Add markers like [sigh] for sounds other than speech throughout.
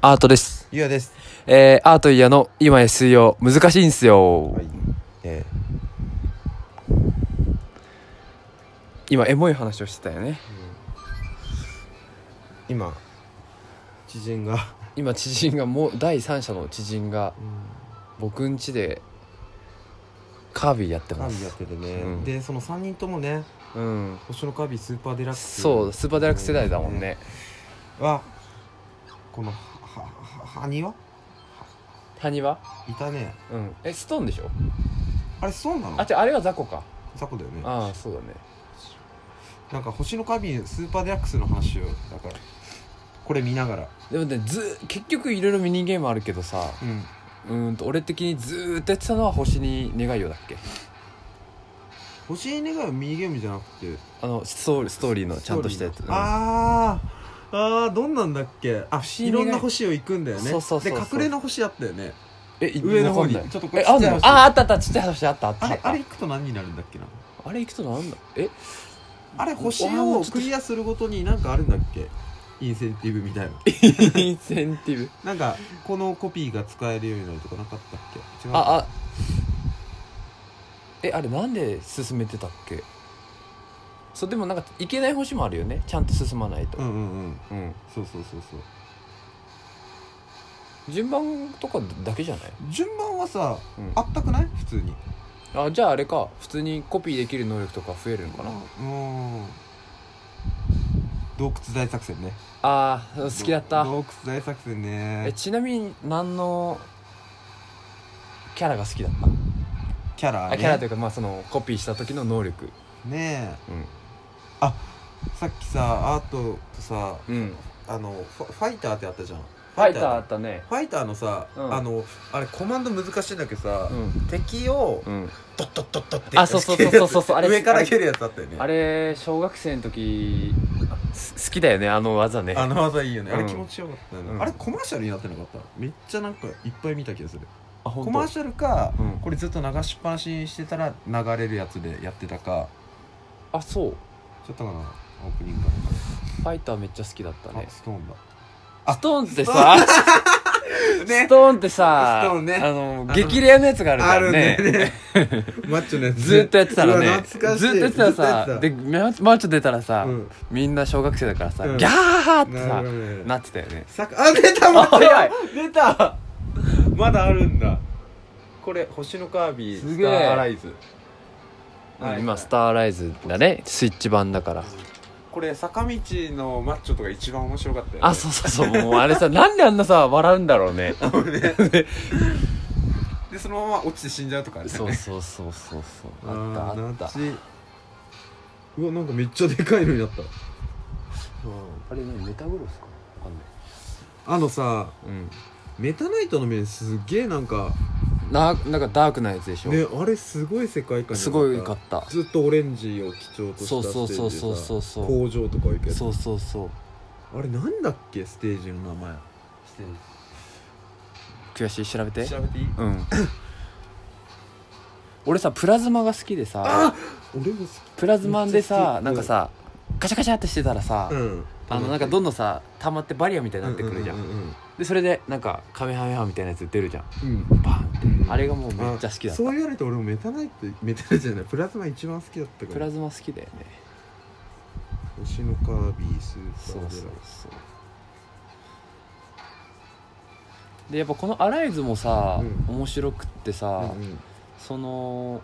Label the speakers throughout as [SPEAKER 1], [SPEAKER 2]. [SPEAKER 1] アートです。
[SPEAKER 2] ゆうやです。
[SPEAKER 1] えー、アートイヤの今や水曜、難しいんすよ。
[SPEAKER 2] はい。え
[SPEAKER 1] 今、エモい話をしてたよね。
[SPEAKER 2] ー今、知人が、
[SPEAKER 1] 今、知人が、もう、第三者の知人が、僕ん家で、カービィやって
[SPEAKER 2] カ
[SPEAKER 1] ま
[SPEAKER 2] ービィや
[SPEAKER 1] す
[SPEAKER 2] っ。ててね、
[SPEAKER 1] うん
[SPEAKER 2] で、その3人ともね、
[SPEAKER 1] うん。
[SPEAKER 2] 星のカービィスーパーデラックス
[SPEAKER 1] そう、スーパーデラックス世代だもんね。
[SPEAKER 2] は、この、は、は、は埴輪
[SPEAKER 1] 谷はい
[SPEAKER 2] たね。
[SPEAKER 1] うん。え、ストーンでしょ
[SPEAKER 2] あれ、そうなの
[SPEAKER 1] あ、違う、あれは雑魚か。
[SPEAKER 2] 雑魚だよね。
[SPEAKER 1] ああ、そうだね。
[SPEAKER 2] なんか、星のカービィスーパーデラックスの話を、だから、これ見ながら。
[SPEAKER 1] でもね、ず、結局いろいろミニゲームあるけどさ、
[SPEAKER 2] うん。
[SPEAKER 1] うーんと、俺的にずーっとやってたのは星に願いをだっけ
[SPEAKER 2] 星に願うミニゲームじゃなくて、
[SPEAKER 1] あの、ストーリー、ストーリーのちゃんとしたやつ。うん
[SPEAKER 2] あーあーどんなんだっけあ
[SPEAKER 1] 不思議
[SPEAKER 2] い
[SPEAKER 1] な
[SPEAKER 2] ろんな星を行くんだよね
[SPEAKER 1] そうそうそうそう
[SPEAKER 2] で隠れの星あったよね
[SPEAKER 1] えい
[SPEAKER 2] 上の方に
[SPEAKER 1] わかんない
[SPEAKER 2] ちょっとこれ
[SPEAKER 1] えあんの
[SPEAKER 2] ちっちゃい星
[SPEAKER 1] ああったあったちっちゃい星あったあった
[SPEAKER 2] あれ
[SPEAKER 1] った
[SPEAKER 2] あれ行くと何になるんだっけな
[SPEAKER 1] あれ行くとなんだえ [laughs]
[SPEAKER 2] あれ星
[SPEAKER 1] あもうちょ
[SPEAKER 2] を
[SPEAKER 1] っと
[SPEAKER 2] クリアするごとに何かあるんだっけインセンティブみたいな
[SPEAKER 1] インセンティブ
[SPEAKER 2] なんかこのコピーが使えるようになるとかなかったっけ違う
[SPEAKER 1] ああえあれなんで進めてたっけそうでもなんか行けない星もあるよねちゃんと進まないと
[SPEAKER 2] うんうんうん
[SPEAKER 1] うん
[SPEAKER 2] そうそうそうそう
[SPEAKER 1] 順番とかだけじゃない、
[SPEAKER 2] 順番はさ
[SPEAKER 1] うん
[SPEAKER 2] あったくない普通に
[SPEAKER 1] あじゃああれか普通にコピーできる能力とか増えるのかな、
[SPEAKER 2] うん洞窟大作戦ね
[SPEAKER 1] ああ好きだった
[SPEAKER 2] 洞窟大作戦ね
[SPEAKER 1] えちなみに何のキャラが好きだった
[SPEAKER 2] キャラ
[SPEAKER 1] あ
[SPEAKER 2] ね
[SPEAKER 1] キャラというかまあそのコピーした時の能力
[SPEAKER 2] ね
[SPEAKER 1] うん
[SPEAKER 2] えさっきさアートとさ
[SPEAKER 1] うん、
[SPEAKER 2] あのファファイターってあったじゃんフ
[SPEAKER 1] ファイターあっ
[SPEAKER 2] ー
[SPEAKER 1] たね
[SPEAKER 2] ファイターのさ、
[SPEAKER 1] うん
[SPEAKER 2] あのあれコマンド難しいんだけどさ、
[SPEAKER 1] うん、
[SPEAKER 2] 敵を
[SPEAKER 1] うん、
[SPEAKER 2] ドッドッドッドって
[SPEAKER 1] あそうそうそうそうそうそうあれ
[SPEAKER 2] [laughs] 上から蹴るやつあったよね
[SPEAKER 1] あれ小学生の時あす好きだよねあの技ね
[SPEAKER 2] あの技いいよね、あ
[SPEAKER 1] うん
[SPEAKER 2] れ気持ちよかったよね、
[SPEAKER 1] うん
[SPEAKER 2] あれコマーシャルになってなかっためっちゃなんかいっぱい見た気がする
[SPEAKER 1] あほ
[SPEAKER 2] コマーシャルか、
[SPEAKER 1] うん
[SPEAKER 2] これずっと流しっぱなしにしてたら流れるやつでやってたか
[SPEAKER 1] あそう
[SPEAKER 2] ちょっとかなオープニングか
[SPEAKER 1] ファイターめっちゃ好きだった
[SPEAKER 2] な、
[SPEAKER 1] ね
[SPEAKER 2] あストーンだあ
[SPEAKER 1] ストーンってさストーンってさ
[SPEAKER 2] ストーンね
[SPEAKER 1] あの激レアのやつがあるか
[SPEAKER 2] あ
[SPEAKER 1] ら
[SPEAKER 2] る
[SPEAKER 1] ね
[SPEAKER 2] ね
[SPEAKER 1] [laughs]
[SPEAKER 2] ねマッチョのやつ
[SPEAKER 1] ずーっとやってたら
[SPEAKER 2] うわ
[SPEAKER 1] ねず
[SPEAKER 2] 懐かしい
[SPEAKER 1] ーっとやってたらさ
[SPEAKER 2] ず
[SPEAKER 1] で
[SPEAKER 2] っ
[SPEAKER 1] マッチマッチョ出たらさ、
[SPEAKER 2] うん
[SPEAKER 1] みんな小学生だからさ、
[SPEAKER 2] うん
[SPEAKER 1] ギャーって
[SPEAKER 2] な
[SPEAKER 1] さ
[SPEAKER 2] るほどね
[SPEAKER 1] なってたよね
[SPEAKER 2] さ [laughs] あ出た
[SPEAKER 1] あ
[SPEAKER 2] マッチ
[SPEAKER 1] 早い
[SPEAKER 2] ョ出たまだあるんだこれ星のカービィ
[SPEAKER 1] すげえ
[SPEAKER 2] スターアライズはい
[SPEAKER 1] 今スターライズだねスイッチ版だから
[SPEAKER 2] これ坂道のマッチョとか一番面白かったよね
[SPEAKER 1] あそうそうそうもうあれさなんであんなさ笑うんだろうね
[SPEAKER 2] でそのまま落ちて死んじゃうとかね
[SPEAKER 1] そうそうそうそうそうあったあった
[SPEAKER 2] うわなんかめっちゃでかいのになった
[SPEAKER 1] あれ何メタグロスかわかんない
[SPEAKER 2] あのさ
[SPEAKER 1] うん
[SPEAKER 2] メタナイトの面すげえなんか
[SPEAKER 1] ななんかダークなやつでしょ、
[SPEAKER 2] ねあれすごい世界観になった
[SPEAKER 1] すごいよかった
[SPEAKER 2] ずっとオレンジを基調とした
[SPEAKER 1] そうそうそう
[SPEAKER 2] ステージでさ
[SPEAKER 1] そうそうそう
[SPEAKER 2] 工場とか行くやつ
[SPEAKER 1] そうそうそう
[SPEAKER 2] あれなんだっけステージの名前
[SPEAKER 1] 悔しい調べて
[SPEAKER 2] 調べていい
[SPEAKER 1] うん俺さプラズマが好きでさ
[SPEAKER 2] あ俺も
[SPEAKER 1] プラズマでさな
[SPEAKER 2] め
[SPEAKER 1] ん
[SPEAKER 2] っちゃ好き
[SPEAKER 1] かさカシャカシャってしてたらさ、
[SPEAKER 2] 好きうん
[SPEAKER 1] あのなんかどんどんさ溜まってバリアみたいになってくるじゃん,、
[SPEAKER 2] うんうん
[SPEAKER 1] でそれでなんかカメハメハみたいなやつ出るじゃん
[SPEAKER 2] うん
[SPEAKER 1] バーンって、
[SPEAKER 2] うん
[SPEAKER 1] あれがもうめっちゃ好きだった
[SPEAKER 2] そう言われて俺もメタナイトメタナイトじゃないプラズマ一番好きだったから
[SPEAKER 1] プラズマ好きだよね
[SPEAKER 2] 星のカービィスー
[SPEAKER 1] そう
[SPEAKER 2] パー
[SPEAKER 1] そう
[SPEAKER 2] デラ
[SPEAKER 1] そうでやっぱこの「アライズ」もさ、
[SPEAKER 2] うん
[SPEAKER 1] 面白くってさ、
[SPEAKER 2] うんうん
[SPEAKER 1] その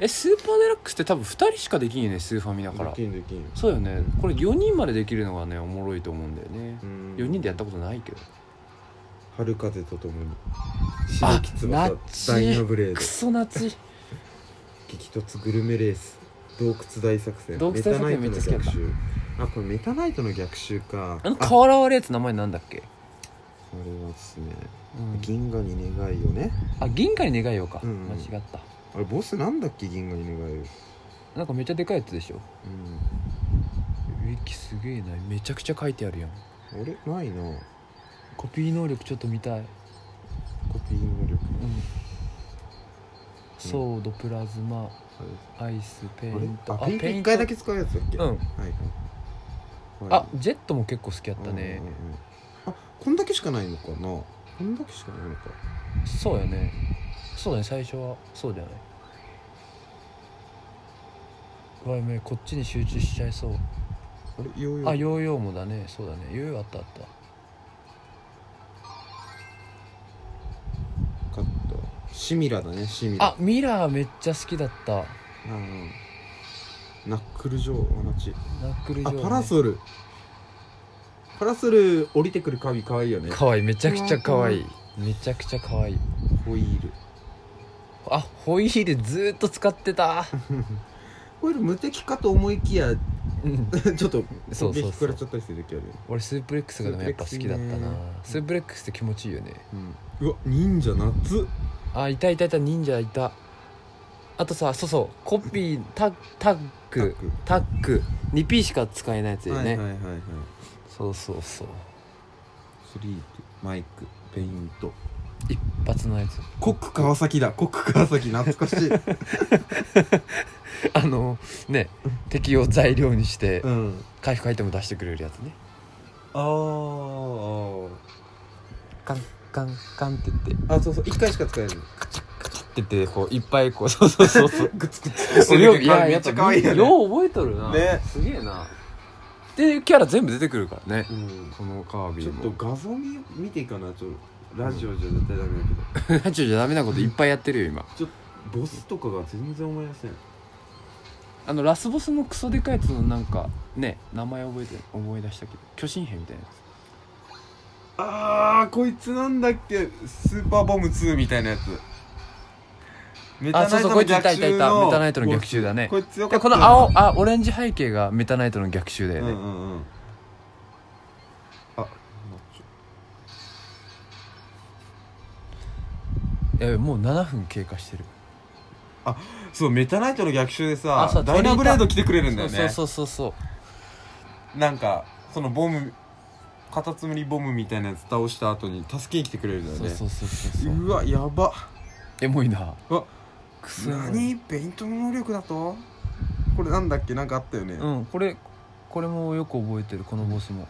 [SPEAKER 1] えスーパーデラックスって多分2人しかできんよねスーファミだから
[SPEAKER 2] できんできん
[SPEAKER 1] そうよねこれ4人までできるのがねおもろいと思うんだよね、4
[SPEAKER 2] 4
[SPEAKER 1] 人でやったことないけど
[SPEAKER 2] 春風とともに
[SPEAKER 1] あ
[SPEAKER 2] 白き
[SPEAKER 1] ナ
[SPEAKER 2] 翼
[SPEAKER 1] ッチ
[SPEAKER 2] ダイナブレード
[SPEAKER 1] クソナチ
[SPEAKER 2] 激突グルメレース洞窟大作戦
[SPEAKER 1] 洞窟大作戦め
[SPEAKER 2] メ
[SPEAKER 1] っち
[SPEAKER 2] タ
[SPEAKER 1] ゃ
[SPEAKER 2] ナイ
[SPEAKER 1] 好きだった
[SPEAKER 2] トの逆襲あこれメタナイトの逆襲か
[SPEAKER 1] あの
[SPEAKER 2] あこ
[SPEAKER 1] 顔洗われやつ名前なんだっけ、
[SPEAKER 2] れはですね
[SPEAKER 1] うん
[SPEAKER 2] 銀河に願いをね
[SPEAKER 1] あ銀河に願いようか、
[SPEAKER 2] うん
[SPEAKER 1] 間違った
[SPEAKER 2] あれボスなんだっけ銀河に願いを
[SPEAKER 1] なんかめっちゃでかいやつでしょ
[SPEAKER 2] うん
[SPEAKER 1] ウィキすげえなめちゃくちゃ書いてあるやん
[SPEAKER 2] 俺ないな
[SPEAKER 1] コピー能力ちょっと見たい、うん、
[SPEAKER 2] コピー能力
[SPEAKER 1] ソードプラズマアイスペイ
[SPEAKER 2] あれ
[SPEAKER 1] ント
[SPEAKER 2] あペイント
[SPEAKER 1] ン
[SPEAKER 2] 1
[SPEAKER 1] ト
[SPEAKER 2] 回だけ使うやつだっけ
[SPEAKER 1] うん
[SPEAKER 2] はいはい
[SPEAKER 1] あジェットも結構好きやったね、
[SPEAKER 2] うんうんうんあこんだけしかないのかなこんだけしかないのか
[SPEAKER 1] そうよねそうだね最初はそうだよねうわやめこっちに集中しちゃいそう
[SPEAKER 2] あれヨーヨー
[SPEAKER 1] あヨーヨーもだねそうだねヨーヨーあったあった
[SPEAKER 2] カットシミラだねシミラ
[SPEAKER 1] あミラーめっちゃ好きだった
[SPEAKER 2] うんナックルジョー同じ
[SPEAKER 1] ナックルジョ
[SPEAKER 2] あ
[SPEAKER 1] ー、ね、
[SPEAKER 2] パラソルパラソル降りてくるカビかわいいよね
[SPEAKER 1] かわいいめちゃくちゃかわいいめちゃくちゃかわいい
[SPEAKER 2] ホイール
[SPEAKER 1] あホイールずーっと使ってた
[SPEAKER 2] ホイール無敵かと思いきや
[SPEAKER 1] うん
[SPEAKER 2] ちょ
[SPEAKER 1] そ
[SPEAKER 2] っと
[SPEAKER 1] うそうそう
[SPEAKER 2] 激食らっちゃったりする時あるよね
[SPEAKER 1] 俺スープレックスがでもやっぱ好きだったなスープレックスって気持ちいいよね
[SPEAKER 2] うんうわ忍者夏
[SPEAKER 1] あいたいたいた忍者いたあとさそうそうコピータタックタック 2P しか使えないやつよね、
[SPEAKER 2] はいはいはいはい
[SPEAKER 1] そうそうそう
[SPEAKER 2] スリープマイクペイント
[SPEAKER 1] 一発のやつ [laughs]
[SPEAKER 2] コック川崎だコック川崎懐かしい
[SPEAKER 1] あのね敵を材料にして
[SPEAKER 2] うん
[SPEAKER 1] 回復アイテム出してくれるやつね
[SPEAKER 2] あー
[SPEAKER 1] カンカンカンって言って
[SPEAKER 2] あーあそうそう一回しか使えない
[SPEAKER 1] カチッって言ってこういっぱいこう [laughs] そうそうそうそう
[SPEAKER 2] グツグツ
[SPEAKER 1] よう
[SPEAKER 2] いやめっちゃ可愛いよね
[SPEAKER 1] よう覚えとるな、
[SPEAKER 2] ね
[SPEAKER 1] すげえなでキャラ全部出てくるからね
[SPEAKER 2] うん
[SPEAKER 1] このカービ
[SPEAKER 2] ちょ
[SPEAKER 1] ィ
[SPEAKER 2] っ
[SPEAKER 1] も
[SPEAKER 2] と画像見見ていかなちょっとラジオじゃ絶対ダメだけど、
[SPEAKER 1] ラジオじゃダメなこといっぱいやってるよ今
[SPEAKER 2] ボスとかが全然思い出せん
[SPEAKER 1] あのラスボスのクソでかいやつのなんかね名前覚えて思い出したけど巨神兵みたいなや
[SPEAKER 2] あーこいつなんだっけスーパーボム2みたいなやつメ
[SPEAKER 1] つあそうそうこいついたいたいたメタナイトの逆
[SPEAKER 2] 襲
[SPEAKER 1] 襲だね
[SPEAKER 2] こいつよか
[SPEAKER 1] で
[SPEAKER 2] った
[SPEAKER 1] こ
[SPEAKER 2] な
[SPEAKER 1] の青あオレンジ背景がメタナイトの逆襲だよ
[SPEAKER 2] う
[SPEAKER 1] ね、
[SPEAKER 2] んうんうんあ
[SPEAKER 1] やべもう7分経過してる
[SPEAKER 2] そうメタナイトの逆襲で
[SPEAKER 1] あそ
[SPEAKER 2] さ
[SPEAKER 1] う
[SPEAKER 2] ダイナブレード来てくれるんだよね
[SPEAKER 1] そうそうそうそう
[SPEAKER 2] なんかそのボムカタツムリボムみたいなやつ倒した後に助けに来てくれるんだよ
[SPEAKER 1] そう
[SPEAKER 2] ね
[SPEAKER 1] そうそうそうそう
[SPEAKER 2] うわやば
[SPEAKER 1] エモいな
[SPEAKER 2] わ
[SPEAKER 1] くそエモい
[SPEAKER 2] 何ペイントの能力だとこれなんだっけなんかあったよね、
[SPEAKER 1] うんこれこれもよく覚えてるこのボスも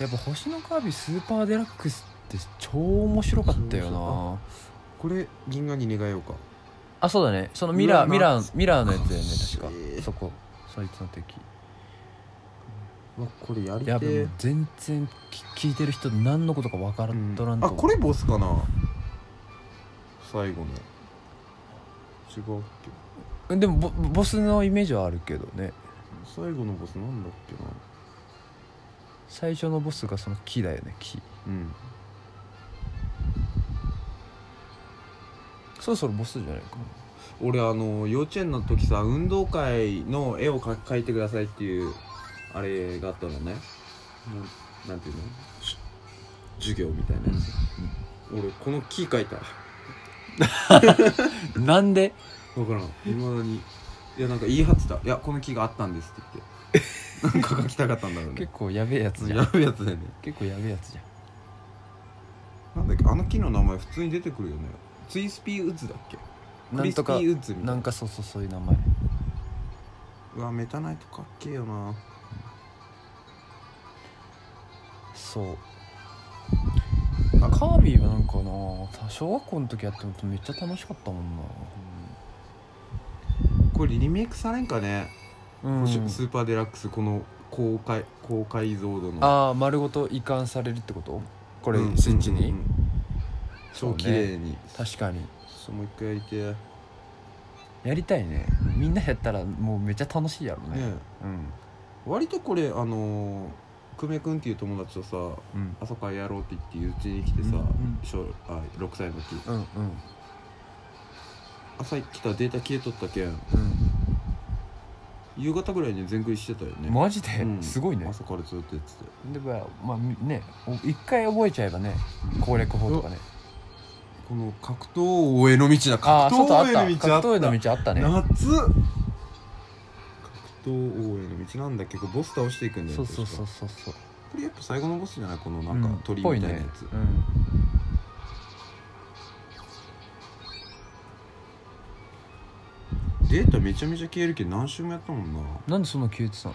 [SPEAKER 1] やっぱ「星のカービィスーパーデラックス」って超面白かったよな
[SPEAKER 2] これ銀河に願いようか
[SPEAKER 1] あそうだねそのミラー
[SPEAKER 2] うわ
[SPEAKER 1] ミラーミラーのやつだよね
[SPEAKER 2] 懐かしい
[SPEAKER 1] 確かそこそいつの敵
[SPEAKER 2] うわこれやりて
[SPEAKER 1] やべも
[SPEAKER 2] え
[SPEAKER 1] う全然き聞いてる人何のことか分からんとらんと
[SPEAKER 2] あ
[SPEAKER 1] 思う
[SPEAKER 2] これボスかな最後の違うっけ
[SPEAKER 1] うんでもボボスのイメージはあるけどね
[SPEAKER 2] 最後のボスなんだっけな
[SPEAKER 1] 最初のボスがその木だよね木
[SPEAKER 2] うん
[SPEAKER 1] そろそろボスじゃないか
[SPEAKER 2] 俺あの幼稚園の時さ運動会の絵をか描いてくださいっていうあれがあったのねなんなんていうのし授業みたいなやつ、俺この木描いた
[SPEAKER 1] なんで
[SPEAKER 2] 分からんいまだにいやなんか言い張ってた「いやこの木があったんです」 [laughs] って言ってなんか書きたかったんだろうね
[SPEAKER 1] 結構やべえやつじゃ
[SPEAKER 2] [laughs] や
[SPEAKER 1] ん
[SPEAKER 2] べえやつだよね
[SPEAKER 1] 結構やべえやつじゃん
[SPEAKER 2] なんだっけあの木の名前普通に出てくるよねツイスピーウッズだっけク
[SPEAKER 1] なん
[SPEAKER 2] リスピ
[SPEAKER 1] とか
[SPEAKER 2] ーウッズみたいな
[SPEAKER 1] なんかそうそうそういう名前
[SPEAKER 2] うわメタナイトかっけえよな
[SPEAKER 1] そう
[SPEAKER 2] あ
[SPEAKER 1] カービィはなんかな小学校の時やってもめっちゃ楽しかったもんな
[SPEAKER 2] これリメイクされんかね、
[SPEAKER 1] うん
[SPEAKER 2] スーパーデラックスこの高解高解像度のあ
[SPEAKER 1] ああ丸ごと移管されるってことこ
[SPEAKER 2] こ
[SPEAKER 1] れスイッチに、そうね
[SPEAKER 2] 超綺麗に
[SPEAKER 1] 確かに
[SPEAKER 2] そうもう一回やりてえね
[SPEAKER 1] やりたいねみんなやったらもうめっちゃ楽しいやろね
[SPEAKER 2] え
[SPEAKER 1] うん
[SPEAKER 2] 割とこれあのー久米君っていう友達とさ
[SPEAKER 1] うん
[SPEAKER 2] 朝からやろうって言ってうちに来てさ、
[SPEAKER 1] うんうん
[SPEAKER 2] 小あ6歳の時
[SPEAKER 1] うんうん
[SPEAKER 2] 朝来たらデータ消えとったけん夕方ぐらいに全クリしてたよ
[SPEAKER 1] う
[SPEAKER 2] ね
[SPEAKER 1] んマジで、
[SPEAKER 2] うん
[SPEAKER 1] すごいね
[SPEAKER 2] 朝からずっとやってて
[SPEAKER 1] でまあまあみねお一回覚えちゃえばね攻略法とかね
[SPEAKER 2] この格闘王への道だ
[SPEAKER 1] ああ
[SPEAKER 2] 格闘
[SPEAKER 1] 外あ
[SPEAKER 2] 王
[SPEAKER 1] っ
[SPEAKER 2] へ
[SPEAKER 1] た
[SPEAKER 2] の
[SPEAKER 1] 格
[SPEAKER 2] 道あった
[SPEAKER 1] 闘への道あったね
[SPEAKER 2] 夏格闘王への道なんだっけどボス倒していくんだよ
[SPEAKER 1] そ
[SPEAKER 2] ね
[SPEAKER 1] うそう
[SPEAKER 2] 確
[SPEAKER 1] そうそ
[SPEAKER 2] か
[SPEAKER 1] うそう
[SPEAKER 2] これやっぱ最後のボスじゃないこのなんか
[SPEAKER 1] う
[SPEAKER 2] 鳥みたいなや
[SPEAKER 1] ぽ
[SPEAKER 2] つ、
[SPEAKER 1] ねうん
[SPEAKER 2] データめちゃめちゃ消えるけど何周もやったもんな
[SPEAKER 1] なんでそんな消えてたの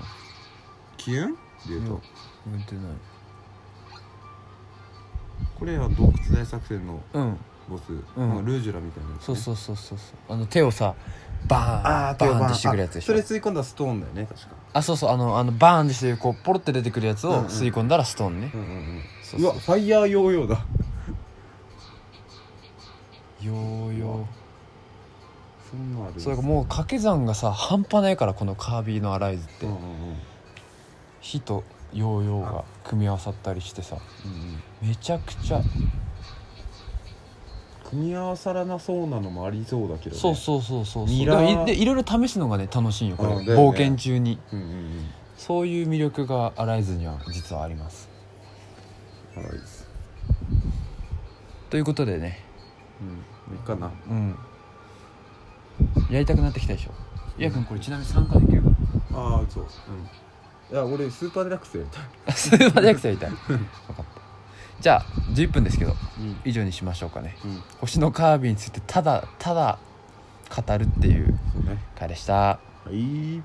[SPEAKER 2] 消えんデータ、
[SPEAKER 1] うん消えてない
[SPEAKER 2] これは洞窟大作戦の
[SPEAKER 1] うん
[SPEAKER 2] ボス、
[SPEAKER 1] ん
[SPEAKER 2] なんかルージュラみたいなやつね
[SPEAKER 1] そうそうそうそうそうあの手をさバーン
[SPEAKER 2] 手を
[SPEAKER 1] バーンってしてくるやつでしょ
[SPEAKER 2] あそれ吸い込んだストーンだよね確か
[SPEAKER 1] あそうそうあのあのバーンってしてこうポロって出てくるやつ
[SPEAKER 2] うんうん
[SPEAKER 1] を吸い込んだらストーンね
[SPEAKER 2] うんうんうん
[SPEAKER 1] そう
[SPEAKER 2] う
[SPEAKER 1] そ
[SPEAKER 2] わ
[SPEAKER 1] う
[SPEAKER 2] ファイヤーヨーヨーだ
[SPEAKER 1] ヨーヨ
[SPEAKER 2] そんなのある
[SPEAKER 1] ー
[SPEAKER 2] んです
[SPEAKER 1] それがもう掛け算がさ半端ないからこのカービィのアライズって、
[SPEAKER 2] うんうんうん
[SPEAKER 1] 火とヨーヨーが組み合わさったりしてさ
[SPEAKER 2] うんうん
[SPEAKER 1] めちゃくちゃ
[SPEAKER 2] 組み合わさらなそうなのもありそうだけど、ね、
[SPEAKER 1] そうそうそうそうそう
[SPEAKER 2] ミラー
[SPEAKER 1] だからいでいろいろ試すのがね楽しいよこれ、
[SPEAKER 2] うんだよね
[SPEAKER 1] 冒険中に
[SPEAKER 2] うんうんうん
[SPEAKER 1] そういう魅力がアライズには実はあります
[SPEAKER 2] ハライズ
[SPEAKER 1] ということでね
[SPEAKER 2] うんいいかな
[SPEAKER 1] うんやりたくなってきたでしょいやくんこれちなみに参加できるか
[SPEAKER 2] ああそううんいや俺スーパーデラックスやりたい
[SPEAKER 1] な [laughs] それはできたみたい分かったじゃあ11分ですけど
[SPEAKER 2] うん
[SPEAKER 1] 以上にしましょうかね
[SPEAKER 2] うん
[SPEAKER 1] 星のカービィについてただただ語るっていう
[SPEAKER 2] そうね
[SPEAKER 1] 回でした
[SPEAKER 2] はい